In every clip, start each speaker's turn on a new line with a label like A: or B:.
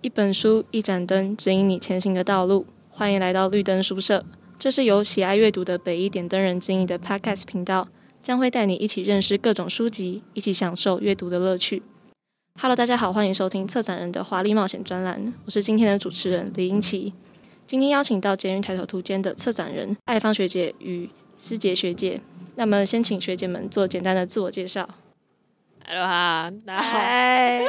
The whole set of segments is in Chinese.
A: 一本书，一盏灯，指引你前行的道路。欢迎来到绿灯书社，这是由喜爱阅读的北一点灯人经营的 Podcast 频道，将会带你一起认识各种书籍，一起享受阅读的乐趣。Hello，大家好，欢迎收听策展人的华丽冒险专栏，我是今天的主持人李英奇。今天邀请到捷运抬头图间的策展人艾芳学姐与思杰学姐，那么先请学姐们做简单的自我介绍。
B: Hello 啊哈，大家
C: 嗨，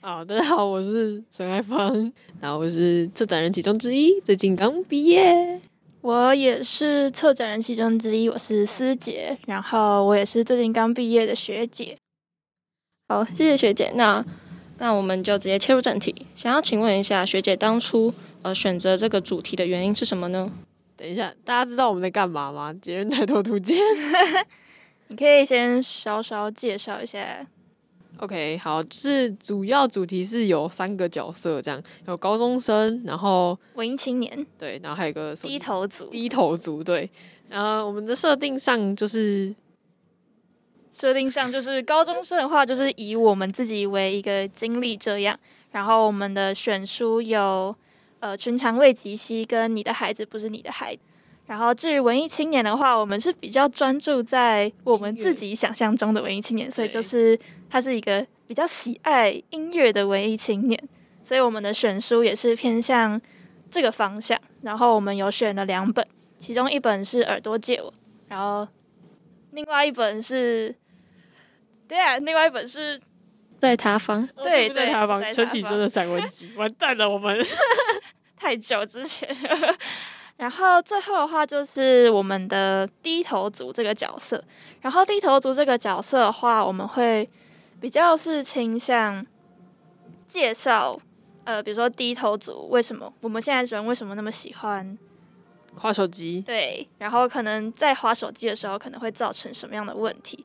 B: 好，好，大家好，我是沈爱芳，然后我是策展人其中之一，最近刚毕业。
C: 我也是策展人其中之一，我是思杰，然后我也是最近刚毕业的学姐。
A: 好，谢谢学姐。那那我们就直接切入正题，想要请问一下学姐，当初呃选择这个主题的原因是什么呢？
B: 等一下，大家知道我们在干嘛吗？捷运抬头图鉴。
C: 你可以先稍稍介绍一下，
B: OK，好，就是主要主题是有三个角色，这样有高中生，然后
C: 文艺青年
B: 对，然后还有一个手机
C: 低头族，
B: 低头族，对，然后我们的设定上就是
C: 设定上就是高中生的话，就是以我们自己为一个经历这样。然后我们的选书有呃《寻常未及兮》跟《你的孩子不是你的孩子》。然后至于文艺青年的话，我们是比较专注在我们自己想象中的文艺青年，所以就是他是一个比较喜爱音乐的文艺青年，所以我们的选书也是偏向这个方向。然后我们有选了两本，其中一本是《耳朵借我》，然后另外一本是，对啊，另外一本是
A: 在他方，
C: 对
B: 对
C: 对
B: 他帮
C: 在他
B: 陈启真的散文集， 完蛋了，我们
C: 太久之前了。然后最后的话就是我们的低头族这个角色，然后低头族这个角色的话，我们会比较是倾向介绍，呃，比如说低头族为什么我们现在人为什么那么喜欢
B: 划手机，
C: 对，然后可能在划手机的时候可能会造成什么样的问题，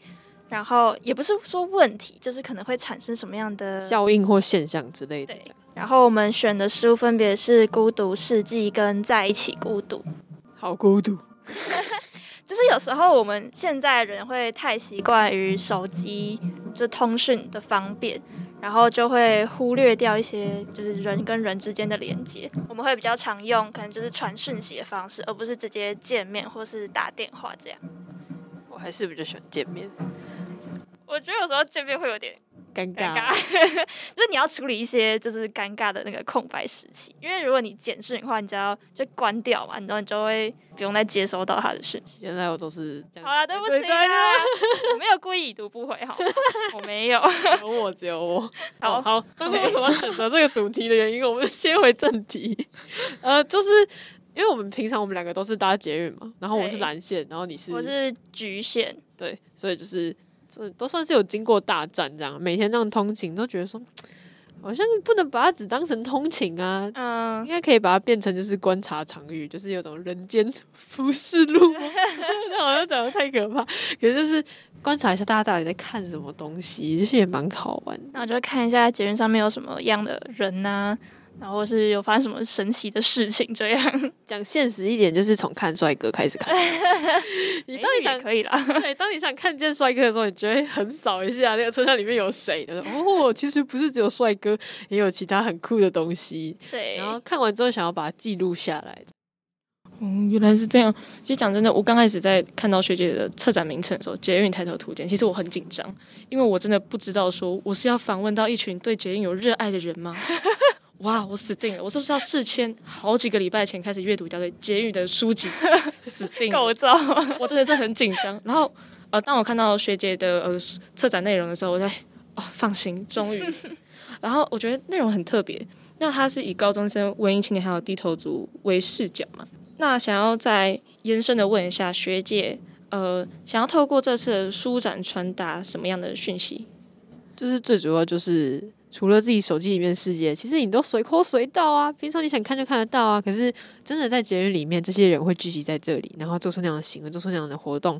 C: 然后也不是说问题，就是可能会产生什么样的
B: 效应或现象之类的
C: 对
B: 这样。
C: 然后我们选的书分别是《孤独世纪》跟《在一起孤独》。
B: 好孤独，
C: 就是有时候我们现在人会太习惯于手机就通讯的方便，然后就会忽略掉一些就是人跟人之间的连接。我们会比较常用可能就是传讯息的方式，而不是直接见面或是打电话这样。
B: 我还是比较喜欢见面，
C: 我觉得有时候见面会有点
B: 尴尬。
C: 尴尬，啊 就是你要处理一些就是尴尬的那个空白时期，因为如果你简讯的话，你只要就关掉嘛，然后你就会不用再接收到他的讯息。
B: 原来我都是这
C: 好
B: 样，
C: 啦，对不起
B: 对对
C: 啦，我没有故意已读不回， 好吗？我没有。
B: 只有我，只有我。哦
C: 好
B: 好，但是
C: OK
B: 为什么要选择这个主题的原因，我们先回正 题。呃，就是因为我们平常我们两个都是搭捷运嘛，然后我是
C: 对
B: 蓝线，然后你是
C: 我是局限，
B: 对，所以就是这都算是有经过大战这样，每天这样通勤都觉得说，好像不能把它只当成通勤啊。应
C: 嗯，
B: 该可以把它变成就是观察场域，就是有种人间浮世 录吗。那好像讲的太可怕，可是就是观察一下大家到底在看什么东西，就是也蛮好玩的。
C: 那我就看一下捷运上面有什么样的人呐、然后是有发生什么神奇的事情这样。
B: 讲现实一点，就是从看帅哥开 始看。你到底
C: 诶
B: 想
C: 哎也可以啦？
B: 对，当你想看见帅哥的时候，你觉得很扫一下那个车厢里面有谁的哦，其实不是只有帅哥，也有其他很酷的东西。
C: 对，
B: 然后看完之后，想要把它记录下来。
A: 嗯，原来是这样。其实讲真的，我刚开始在看到学姐的策展名称的时候，《捷运抬头图鉴》，其实我很紧张，因为我真的不知道说我是要访问到一群对捷运有热爱的人吗？哇，我死定了！我是不是要事先好几个礼拜前开始阅读一大堆捷运的书籍？死定 了！
C: 构造，
A: 我真的是很紧张。然后呃，当我看到学姐的呃策展内容的时候，我在哦放心，终于。然后我觉得内容很特别，那它是以高中生、文艺青年还有低头族为视角嘛。那想要再延伸的问一下学姐，呃，想要透过这次的书展传达什么样的讯息？
B: 就是最主要就是除了自己手机里面世界，其实你都随口随到啊，平常你想看就看得到啊。可是真的在节日里面，这些人会聚集在这里，然后做出那样的行为，做出那样的活动，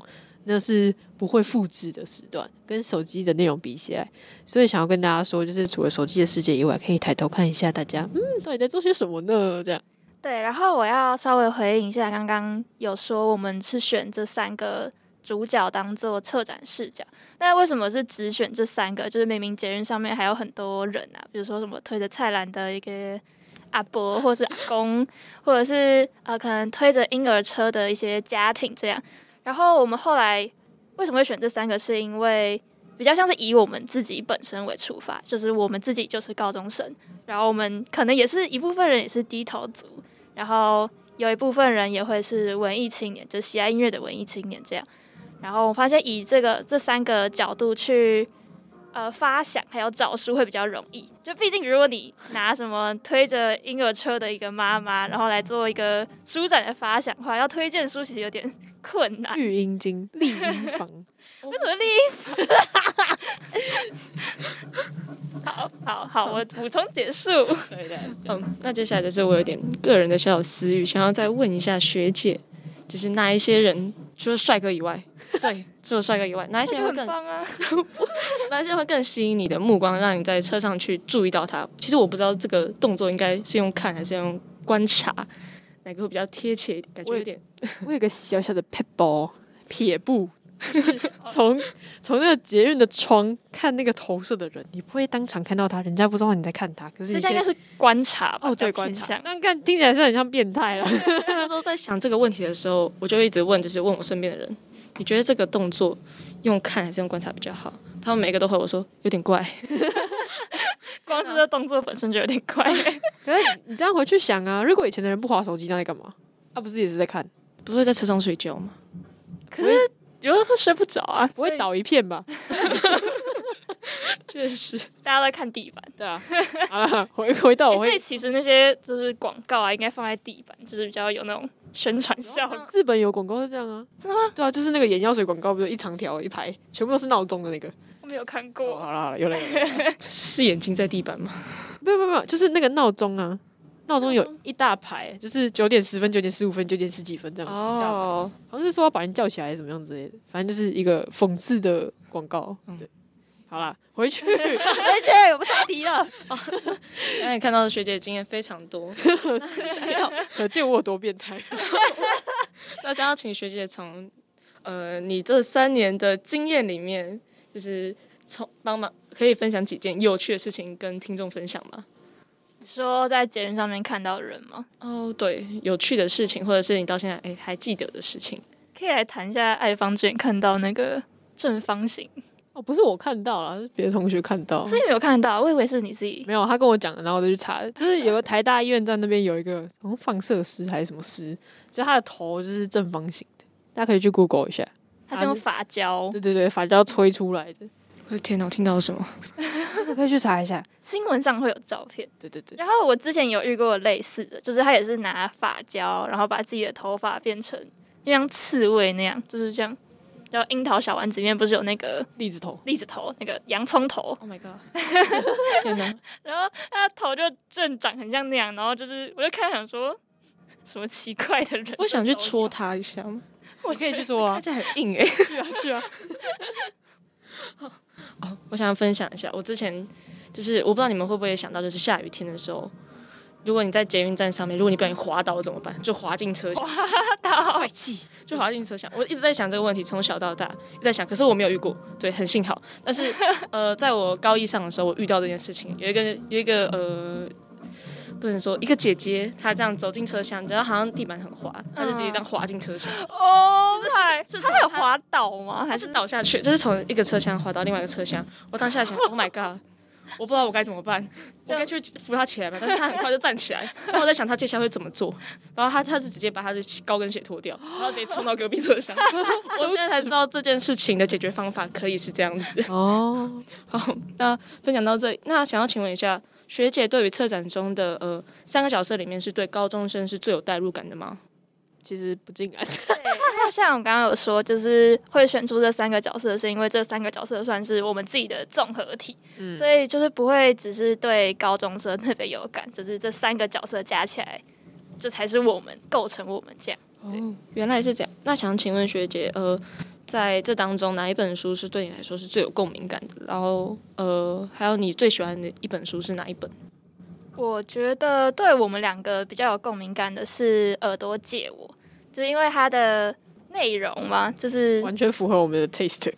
B: 那是不会复制的时段，跟手机的内容比起来。所以想要跟大家说，就是除了手机的世界以外，可以抬头看一下大家，嗯，到底在做些什么呢？这样
C: 对，然后我要稍微回应一下，刚刚有说我们是选这三个主角当做策展视角。那为什么是只选这三个？就是明明捷运上面还有很多人啊，比如说什么推着菜篮的一个阿伯，或是阿公，或者是呃可能推着婴儿车的一些家庭这样。然后我们后来为什么会选这三个？是因为比较像是以我们自己本身为出发，就是我们自己就是高中生，然后我们可能也是一部分人也是低头族，然后有一部分人也会是文艺青年，就喜爱音乐的文艺青年这样。然后我发现以这个这三个角度去呃发想还有找书会比较容易，就毕竟如果你拿什么推着婴儿车的一个妈妈，然后来做一个书展的发想的话，要推荐书其实有点 困难。
B: 育婴经、立婴房，
C: 为什么立法？好好好，我补充结束。
B: 对的，
A: 嗯，那接下来就是我有点个人的小小私欲，想要再问一下学姐，就是哪一些人除了帅哥以外，对，除了帅哥以外，哪一些人会
C: 很
A: 更
C: 棒 啊！
A: 哪一些人会更吸引你的目光，让你在车上去注意到他？其实我不知道这个动作应该是用看还是用观察，哪个会比较贴切一点？感觉
B: 我也
A: 有点
B: 我有个小小的 p e b b l 撇步，就是从从那个捷运的窗看那个投射的人，你不会当场看到他，人家不知道你在看他，可是
C: 这
B: 你
C: 下应该
B: 是
C: 是观察吧？
B: 哦，对，
C: 比较
B: 观
C: 偏
B: 察
C: 向，
B: 但看听起来是很像变态了。
A: 那时候在想这个问题的时候，我就一直问，就是问我身边的人，你觉得这个动作用看还是用观察比较好？他们每个都回我说有点怪，
C: 光是这动作本身就有点怪。
B: 可是你这样回去想啊，如果以前的人不划手机，那在干嘛？啊，不是也是在看，
A: 不是会在车上睡觉吗？
C: 可是 有的时候睡不着啊，
B: 不会
C: 所
B: 倒一片吧？
A: 确实，
C: 以大家都在看地板。
B: 对啊，啊，回回到我
C: 所
B: 会
C: 以。其实那些就是广告啊，应该放在地板，就是比较有那种宣传效果。
B: 日本有广告是这样啊，真的吗？对啊，就是那个眼药水广告，不是一长条一排，全部都是闹钟的那个。
C: 我没有 看
B: 哦，
C: 过，
B: 好了好了，有了有了。
A: 是眼睛在地板吗？
B: 没有没有没有，就是那个闹钟啊，闹钟
C: 闹
B: 有
C: 钟
B: 一大排，就是九点十分、九点十五分、九点十几分这样子。哦，
A: 哦，
B: 好像是说要把人叫起来怎么样之类的，反正就是一个讽刺的广告。对，好啦，回去
C: 而且我不岔题了。
A: 刚才看到学姐的经验非常多，
B: 可见我有多变态。
A: 那想要请学姐从呃你这三年的经验里面，就是从帮忙可以分享几件有趣的事情跟听众分享吗？
C: 你 说在节目上面看到人吗？
A: 哦，对，有趣的事情，或者是你到现在哎还记得的事情。
C: 可以来谈一下爱方之前看到那个正方形，
B: 哦，不是我看到了，是别的同学看到。
C: 所以没有看到，我以为是你自己。
B: 没有，他跟我讲的，然后我就去查了，就是有个台大医院在那边有一个好像放射师还是什么师，就他的头就是正方形的，大家可以去 Google 一下。
C: 它
A: 啊
C: 是用发胶。
B: 对对对，反正要吹出来的，
A: 我的天哪，我听到了什么？
B: 可以去查一下。
C: 新闻上会有照片。
B: 对对对。
C: 然后我之前有遇过类似的，就是他也是拿发胶，然后把自己的头发变成就像刺猬那样，就是这样。然后樱桃小丸子里面不是有那个
B: 栗子头，
C: 栗子头、那个洋葱头，
A: Oh my god！天哪，
C: 然后他的头就正长很像那样，然后就是我就看想说。什么奇怪的人？
A: 我想去戳，它一下吗？
C: 我
B: 可以去
C: 去。
B: 说啊
A: 它，这很硬哎、
B: 去啊去啊。
A: 我想分享一下，我之前就是我不知道你们会不会想到，就是下雨天的时候，如果你在捷运站上面，如果你不小心滑倒了怎么办？就滑进车厢，
B: 帅气，
A: 就滑进车厢。我一直在想这个问题，从小到大一直在想，可是我没有遇过，对，很幸好。但是呃，在我高一上的时候，我遇到这件事情，有一个有一个呃。不能说一个姐姐，她这样走进车厢，然后好像地板很滑，她就直接这样滑进车厢。
C: 哦，嗨，
A: 是
C: 他有滑倒吗？
A: 他
C: 还
A: 是
C: 是
A: 倒下去，就是从一个车厢滑到另外一个车厢。我当下想，Oh my god！我不知道我该怎么办，我该去扶他起来吧。但是他很快就站起来，然后我在想他接下来会怎么做。然后他他是直接把他的高跟鞋脱掉，然后直接冲到隔壁车厢。 我现在才知道这件事情的解决方法可以是这样子。
B: 哦，
A: 好，那分享到这里，那想要请问一下学姐，对于策展中的呃三个角色里面，是对高中生是最有代入感的吗？
B: 其实不尽然，
C: 对，那像我刚刚有说，就是会选出这三个角色，是因为这三个角色算是我们自己的综合体，
B: 嗯
C: 所以就是不会只是对高中生特别有感，就是这三个角色加起来，这才是我们构成我们这样。
A: 哦，原来是这样。那想请问学姐，呃，在这当中哪一本书是对你来说是最有共鸣感的？然后，呃，还有你最喜欢的一本书是哪一本？
C: 我觉得对我们两个比较有共鸣感的是耳朵借我，就是因为它的。内容吗？就是
B: 完全符合我们的 taste，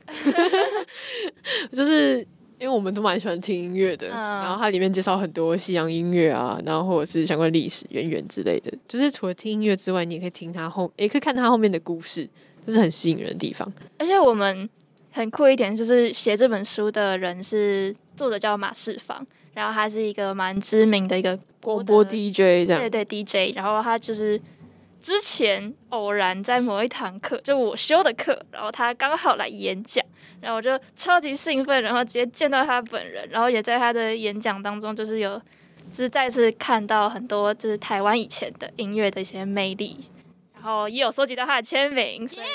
B: 就是因为我们都蛮喜欢听音乐的，
C: 嗯
B: 然后它里面介绍很多西洋音乐啊，然后或者是相关历史渊源之类的，就是除了听音乐之外，你也可以听它后，也可以看它后面的故事，这是很吸引人的地方。
C: 而且我们很酷一点，就是写这本书的人是作者叫马世芳，然后他是一个蛮知名的一个
B: 广播
C: 的
B: DJ 这样
C: 对，对 DJ，然后他就是之前偶然在某一堂课，就我修的课，然后他刚好来演讲，然后我就超级兴奋，然后直接见到他本人，然后也在他的演讲当中，就是有就是再次看到很多就是台湾以前的音乐的一些魅力，然后也有收集到他的签名，所以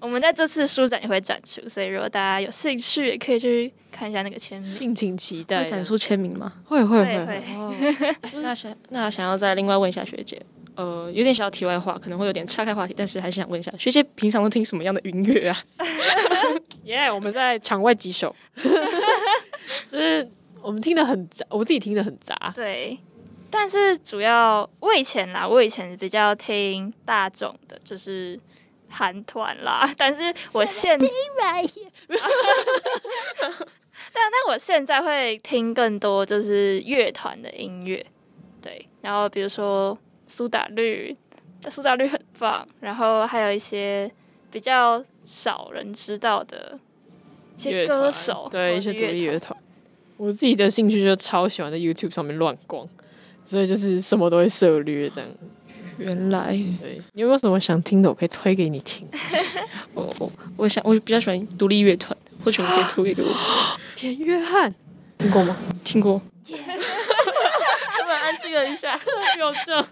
C: 我们在这次书展也会展出，所以如果大家有兴趣，也可以去看一下那个签名。
B: 敬请期待
A: 会
B: 啊。
A: 展出签名吗？
B: 会会
C: 会
B: 会
C: 会
B: 会，
A: 哦，那想那想要再另外问一下学姐，呃，有点小题外话，可能会有点岔开话题，但是还是想问一下学姐，平常都听什么样的音乐啊？
B: 耶我们在场外几首， 就是我们听的很杂，我自己听的很杂。
C: 对，但是主要我以前啦，我以前比较听大众的，就是韩团啦。 但是我现 但但我现在会听更多就是乐团的音乐，对。然后比如说苏打绿，苏打绿很棒。然后还有一些比较少人知道的一些
B: 乐团
C: 歌手，
B: 对
C: 或
B: 一些
C: 是
B: 独立
C: 乐
B: 乐
C: 团
B: 团。我自己的兴趣就超喜欢在 YouTube 上面乱逛，所以就是什么都会涉略这样。
A: 原来
B: 对，你有没有什么想听的，我可以推给你 听？
A: 我我我想我比较喜欢独立乐团，或许你 可以推给我
B: 田约 翰，听过吗？
A: 听过。他们安静了一下，有证。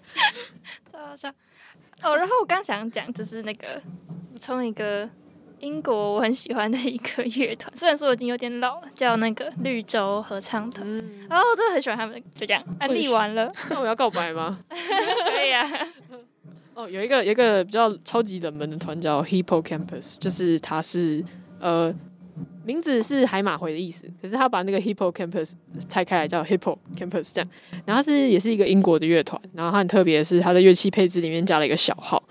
C: 超好笑。哦，然后我刚想讲，就是那个补充一个英国我很喜欢的一个乐团，虽然说我已经有点老了，叫那个绿洲合唱团。
B: 嗯，
C: 然后我真的很喜欢他们，就这样安利 完了，
B: 那我要告白吗？
C: 可以啊。
B: 哦，有一个有一个比较超级冷门的团叫 Hippocampus，就是它是呃名字是海马回的意思，可是他把那个 Hippocampus 拆开来叫 Hippocampus 这样。然后它是也是一个英国的乐团，然后它很特别的是它的乐器配置里面加了一个小号，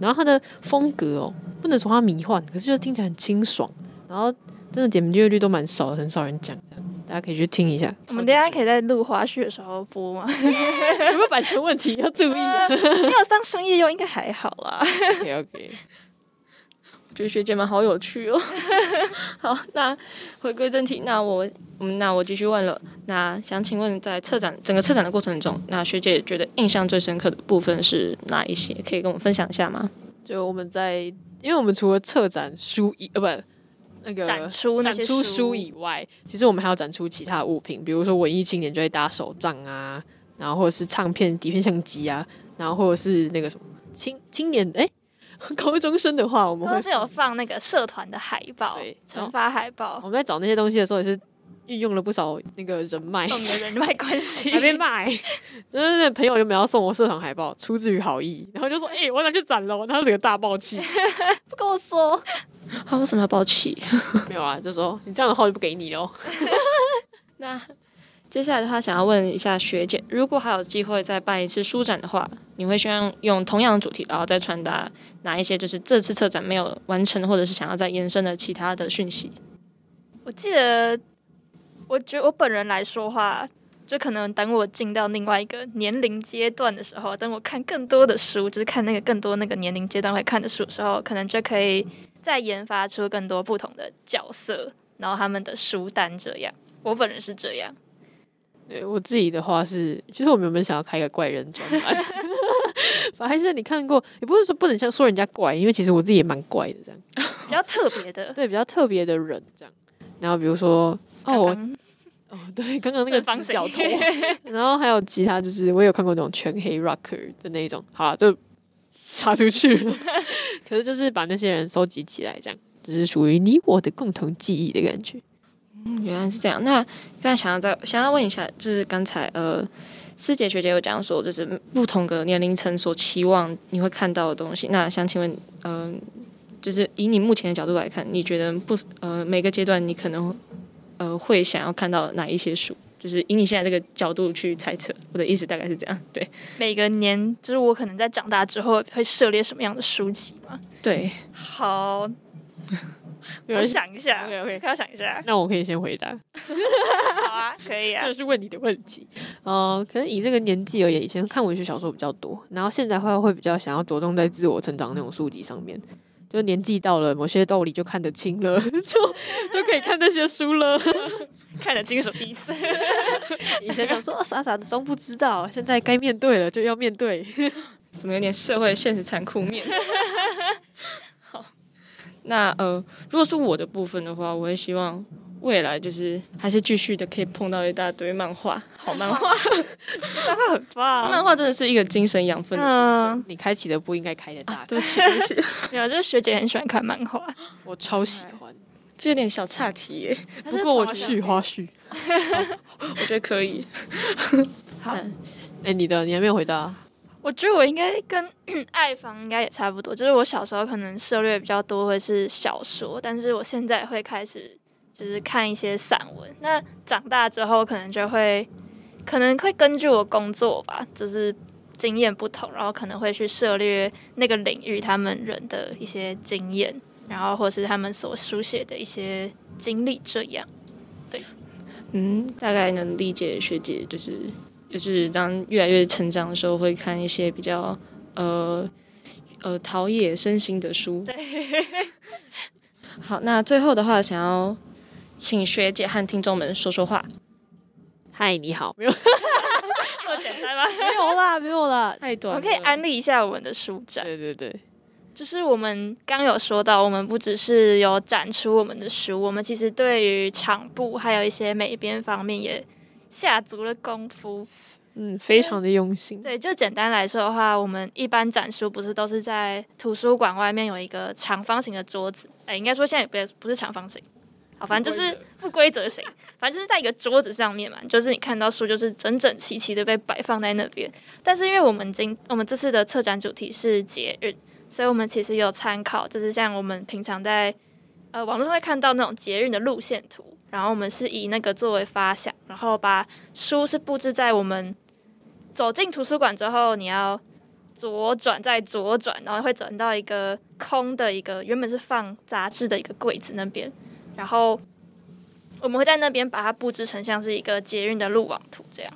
B: 然后它的风格哦不能说它迷幻，可是就听起来很清爽，然后真的点阅率都蛮少的，很少人讲这样大家可以去听一下。
C: 我们等一下可以在录花絮的时候播吗？
B: 有没有版权问题要注意、啊、
C: 没有当商业用应该还好 啦。
B: ？OK OK，
A: 觉得学姐们好有趣 哦。好，那回归正题，那我嗯，那我继续问了。那想请问，在策展整个策展的过程中，那学姐觉得印象最深刻的部分是哪一些？可以跟我们分享一下吗？
B: 就我们在，因为我们除了策展书以呃不那个
C: 展出那
B: 展
C: 些
B: 出
C: 书
B: 书以外，其实我们还要展出其他的物品，比如说文艺青年就会搭手杖啊，然后或者是唱片底片相机啊，然后或者是那个什么青青年哎、 高中生的话，我们
C: 都
B: 会
C: 是有放那个社团的海报
B: 对，哦
C: 惩罚海
B: 我
C: 报，
B: 们在找那些东西的时候也是运用了不少那个人脉。
C: 我们的人脉 关系。
B: 哦还被骂、欸，就是朋友原本要送我社团海报，出自于好意，然后就说：“哎、我想去展了。”然后整个大爆 气，
C: 不跟我说，
A: 啊，为什么要抱气？
B: 没有啊，就说你这样的话我就不给你喽。
A: 那接下来的话，想要问一下学姐，如果还有机会再办一次书展的话，你会希望用同样的主题，然后再传达哪一些就是这次策展没有完成，或者是想要再延伸的其他的讯息？
C: 我记得，我觉得我本人来说话，就可能等我进到另外一个年龄阶段的时候，等我看更多的书，就是看那个更多那个年龄阶段会看的书的时候，可能就可以再研发出更多不同的角色，然后他们的书单这样。我本人是这样，
B: 对我自己的话是，其实我们原本想要开一个怪人专栏， 法医生你看过，也不是说不能像说人家怪，因为其实我自己也蛮怪的这样，
C: 比较特别的。
B: 对比较特别的人这样。然后比如说，哦，我
C: 刚刚
B: 哦，对，刚刚那个
C: 正方
B: 直角头
C: 形，
B: 然后还有其他，就是我也有看过那种全黑 rocker 的那一种，好了，就查出去了。 可是就是把那些人收集起来，这样就是属于你我的共同记忆的感觉。
A: 嗯，原来是这样。那刚才想要再想要问一下，就是刚才呃，师姐学姐有讲说，就是不同的年龄层所期望你会看到的东西。那想请问，嗯、就是以你目前的角度来看，你觉得不呃每个阶段你可能呃会想要看到哪一些书？就是以你现在这个角度去猜测，我的意思大概是这样。对
C: 每个年，就是我可能在长大之后会涉猎什么样的书籍嘛？
A: 对，
C: 好，
B: 有
C: 我
B: 人
C: 想一下
B: OK，OK，
C: 要想一下
B: 那我可以先回答，
C: 好啊，可以啊
B: 这。是问你的问题。呃，可能以这个年纪而言，以前看文学小说比较多，然后现在会会比较想要着重在自我成长那种书籍上面。就年纪到了，某些道理就看得清了， 就就可以看那些书了。
C: 看得清什么意思？
B: 以前想说、哦、傻傻的装不知道，现在该面对了就要面对。
A: 怎么有点社会现实残酷面？ 好，那呃，如果是我的部分的话，我会希望未来就是还是继续的可以碰到一大堆漫画，好漫画，
C: 漫画很
A: 漫
C: 棒。
A: 画真的是一个精神养分的。
C: 嗯，
B: 你开启的不应该开的大
A: 对不起，对不 起，
C: 没有，就是学姐很喜欢看漫画。
B: 我超喜欢。
A: 这有点小岔题耶，
B: 不过我
C: 她是从小
B: 续花絮。
A: 我觉得可以。
C: 好，
B: 哎、你的你还没有回答。
C: 我觉得我应该跟 爱房应该也差不多，就是我小时候可能涉猎比较多会是小说，但是我现在会开始就是看一些散文。那长大之后可能就会，可能会根据我工作吧，就是经验不同，然后可能会去涉猎那个领域他们人的一些经验，然后或是他们所书写的一些经历这样。
A: 嗯，大概能理解学姐就是就是当越来越成长的时候，会看一些比较呃呃陶冶身心的书。 对。好，那最后的话，想要请学姐和听众们说说话。
B: 嗨，你好。没有
C: 够简单吗？
B: 没有啦，没有啦。
A: 太短
C: 我
A: 了，
C: 们可以安利一下我们的书 展。
B: 对对对，
C: 就是我们刚有说到，我们不只是有展出我们的书，我们其实对于场部还有一些美编方面也下足了功夫。
B: 嗯，非常的用心。
C: 对，就简单来说的话，我们一般展书不是都是在图书馆外面有一个长方形的桌子，哎，应该说现在也不不是长方形，好，反正就是不规则型，反正就是在一个桌子上面嘛，就是你看到书就是整整齐齐的被摆放在那边。但是因为我们今我们这次的策展主题是节日，所以我们其实有参考，就是像我们平常在呃网络上会看到那种捷运的路线图，然后我们是以那个作为发想，然后把书是布置在我们走进图书馆之后，你要左转再左转，然后会转到一个空的一个原本是放杂志的一个柜子那边，然后我们会在那边把它布置成像是一个捷运的路网图这样。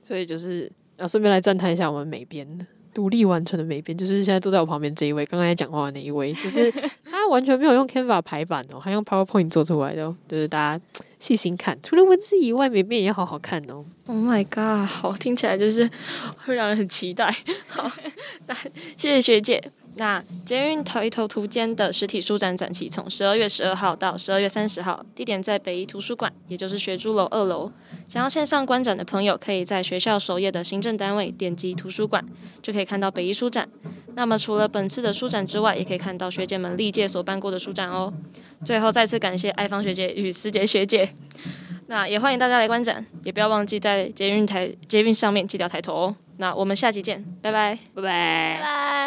B: 所以就是，啊，顺便来赞叹一下我们美编独立完成的美编，就是现在坐在我旁边这一位，刚刚才讲话的那一位，就是他完全没有用 Canva 排版哦，他用 PowerPoint 做出来的哦，就是大家细心看，除了文字以外，美编也要好好看哦。
A: Oh my god！好，听起来就是会让人很期待。好，那谢谢学姐。那捷运头一头图间的实体书展展期从十二月十二号到十二月三十号，地点在北一图书馆，也就是学珠楼二楼。想要线上观展的朋友，可以在学校首页的行政单位点击图书馆，就可以看到北一书展。那么除了本次的书展之外，也可以看到学姐们历届所办过的书展哦。最后再次感谢爱芳学姐与思杰学姐。嗯那也欢迎大家来观展，也不要忘记在捷运台捷运上面记得要抬头哦。那我们下期见，拜拜。
B: 拜拜
C: 拜拜。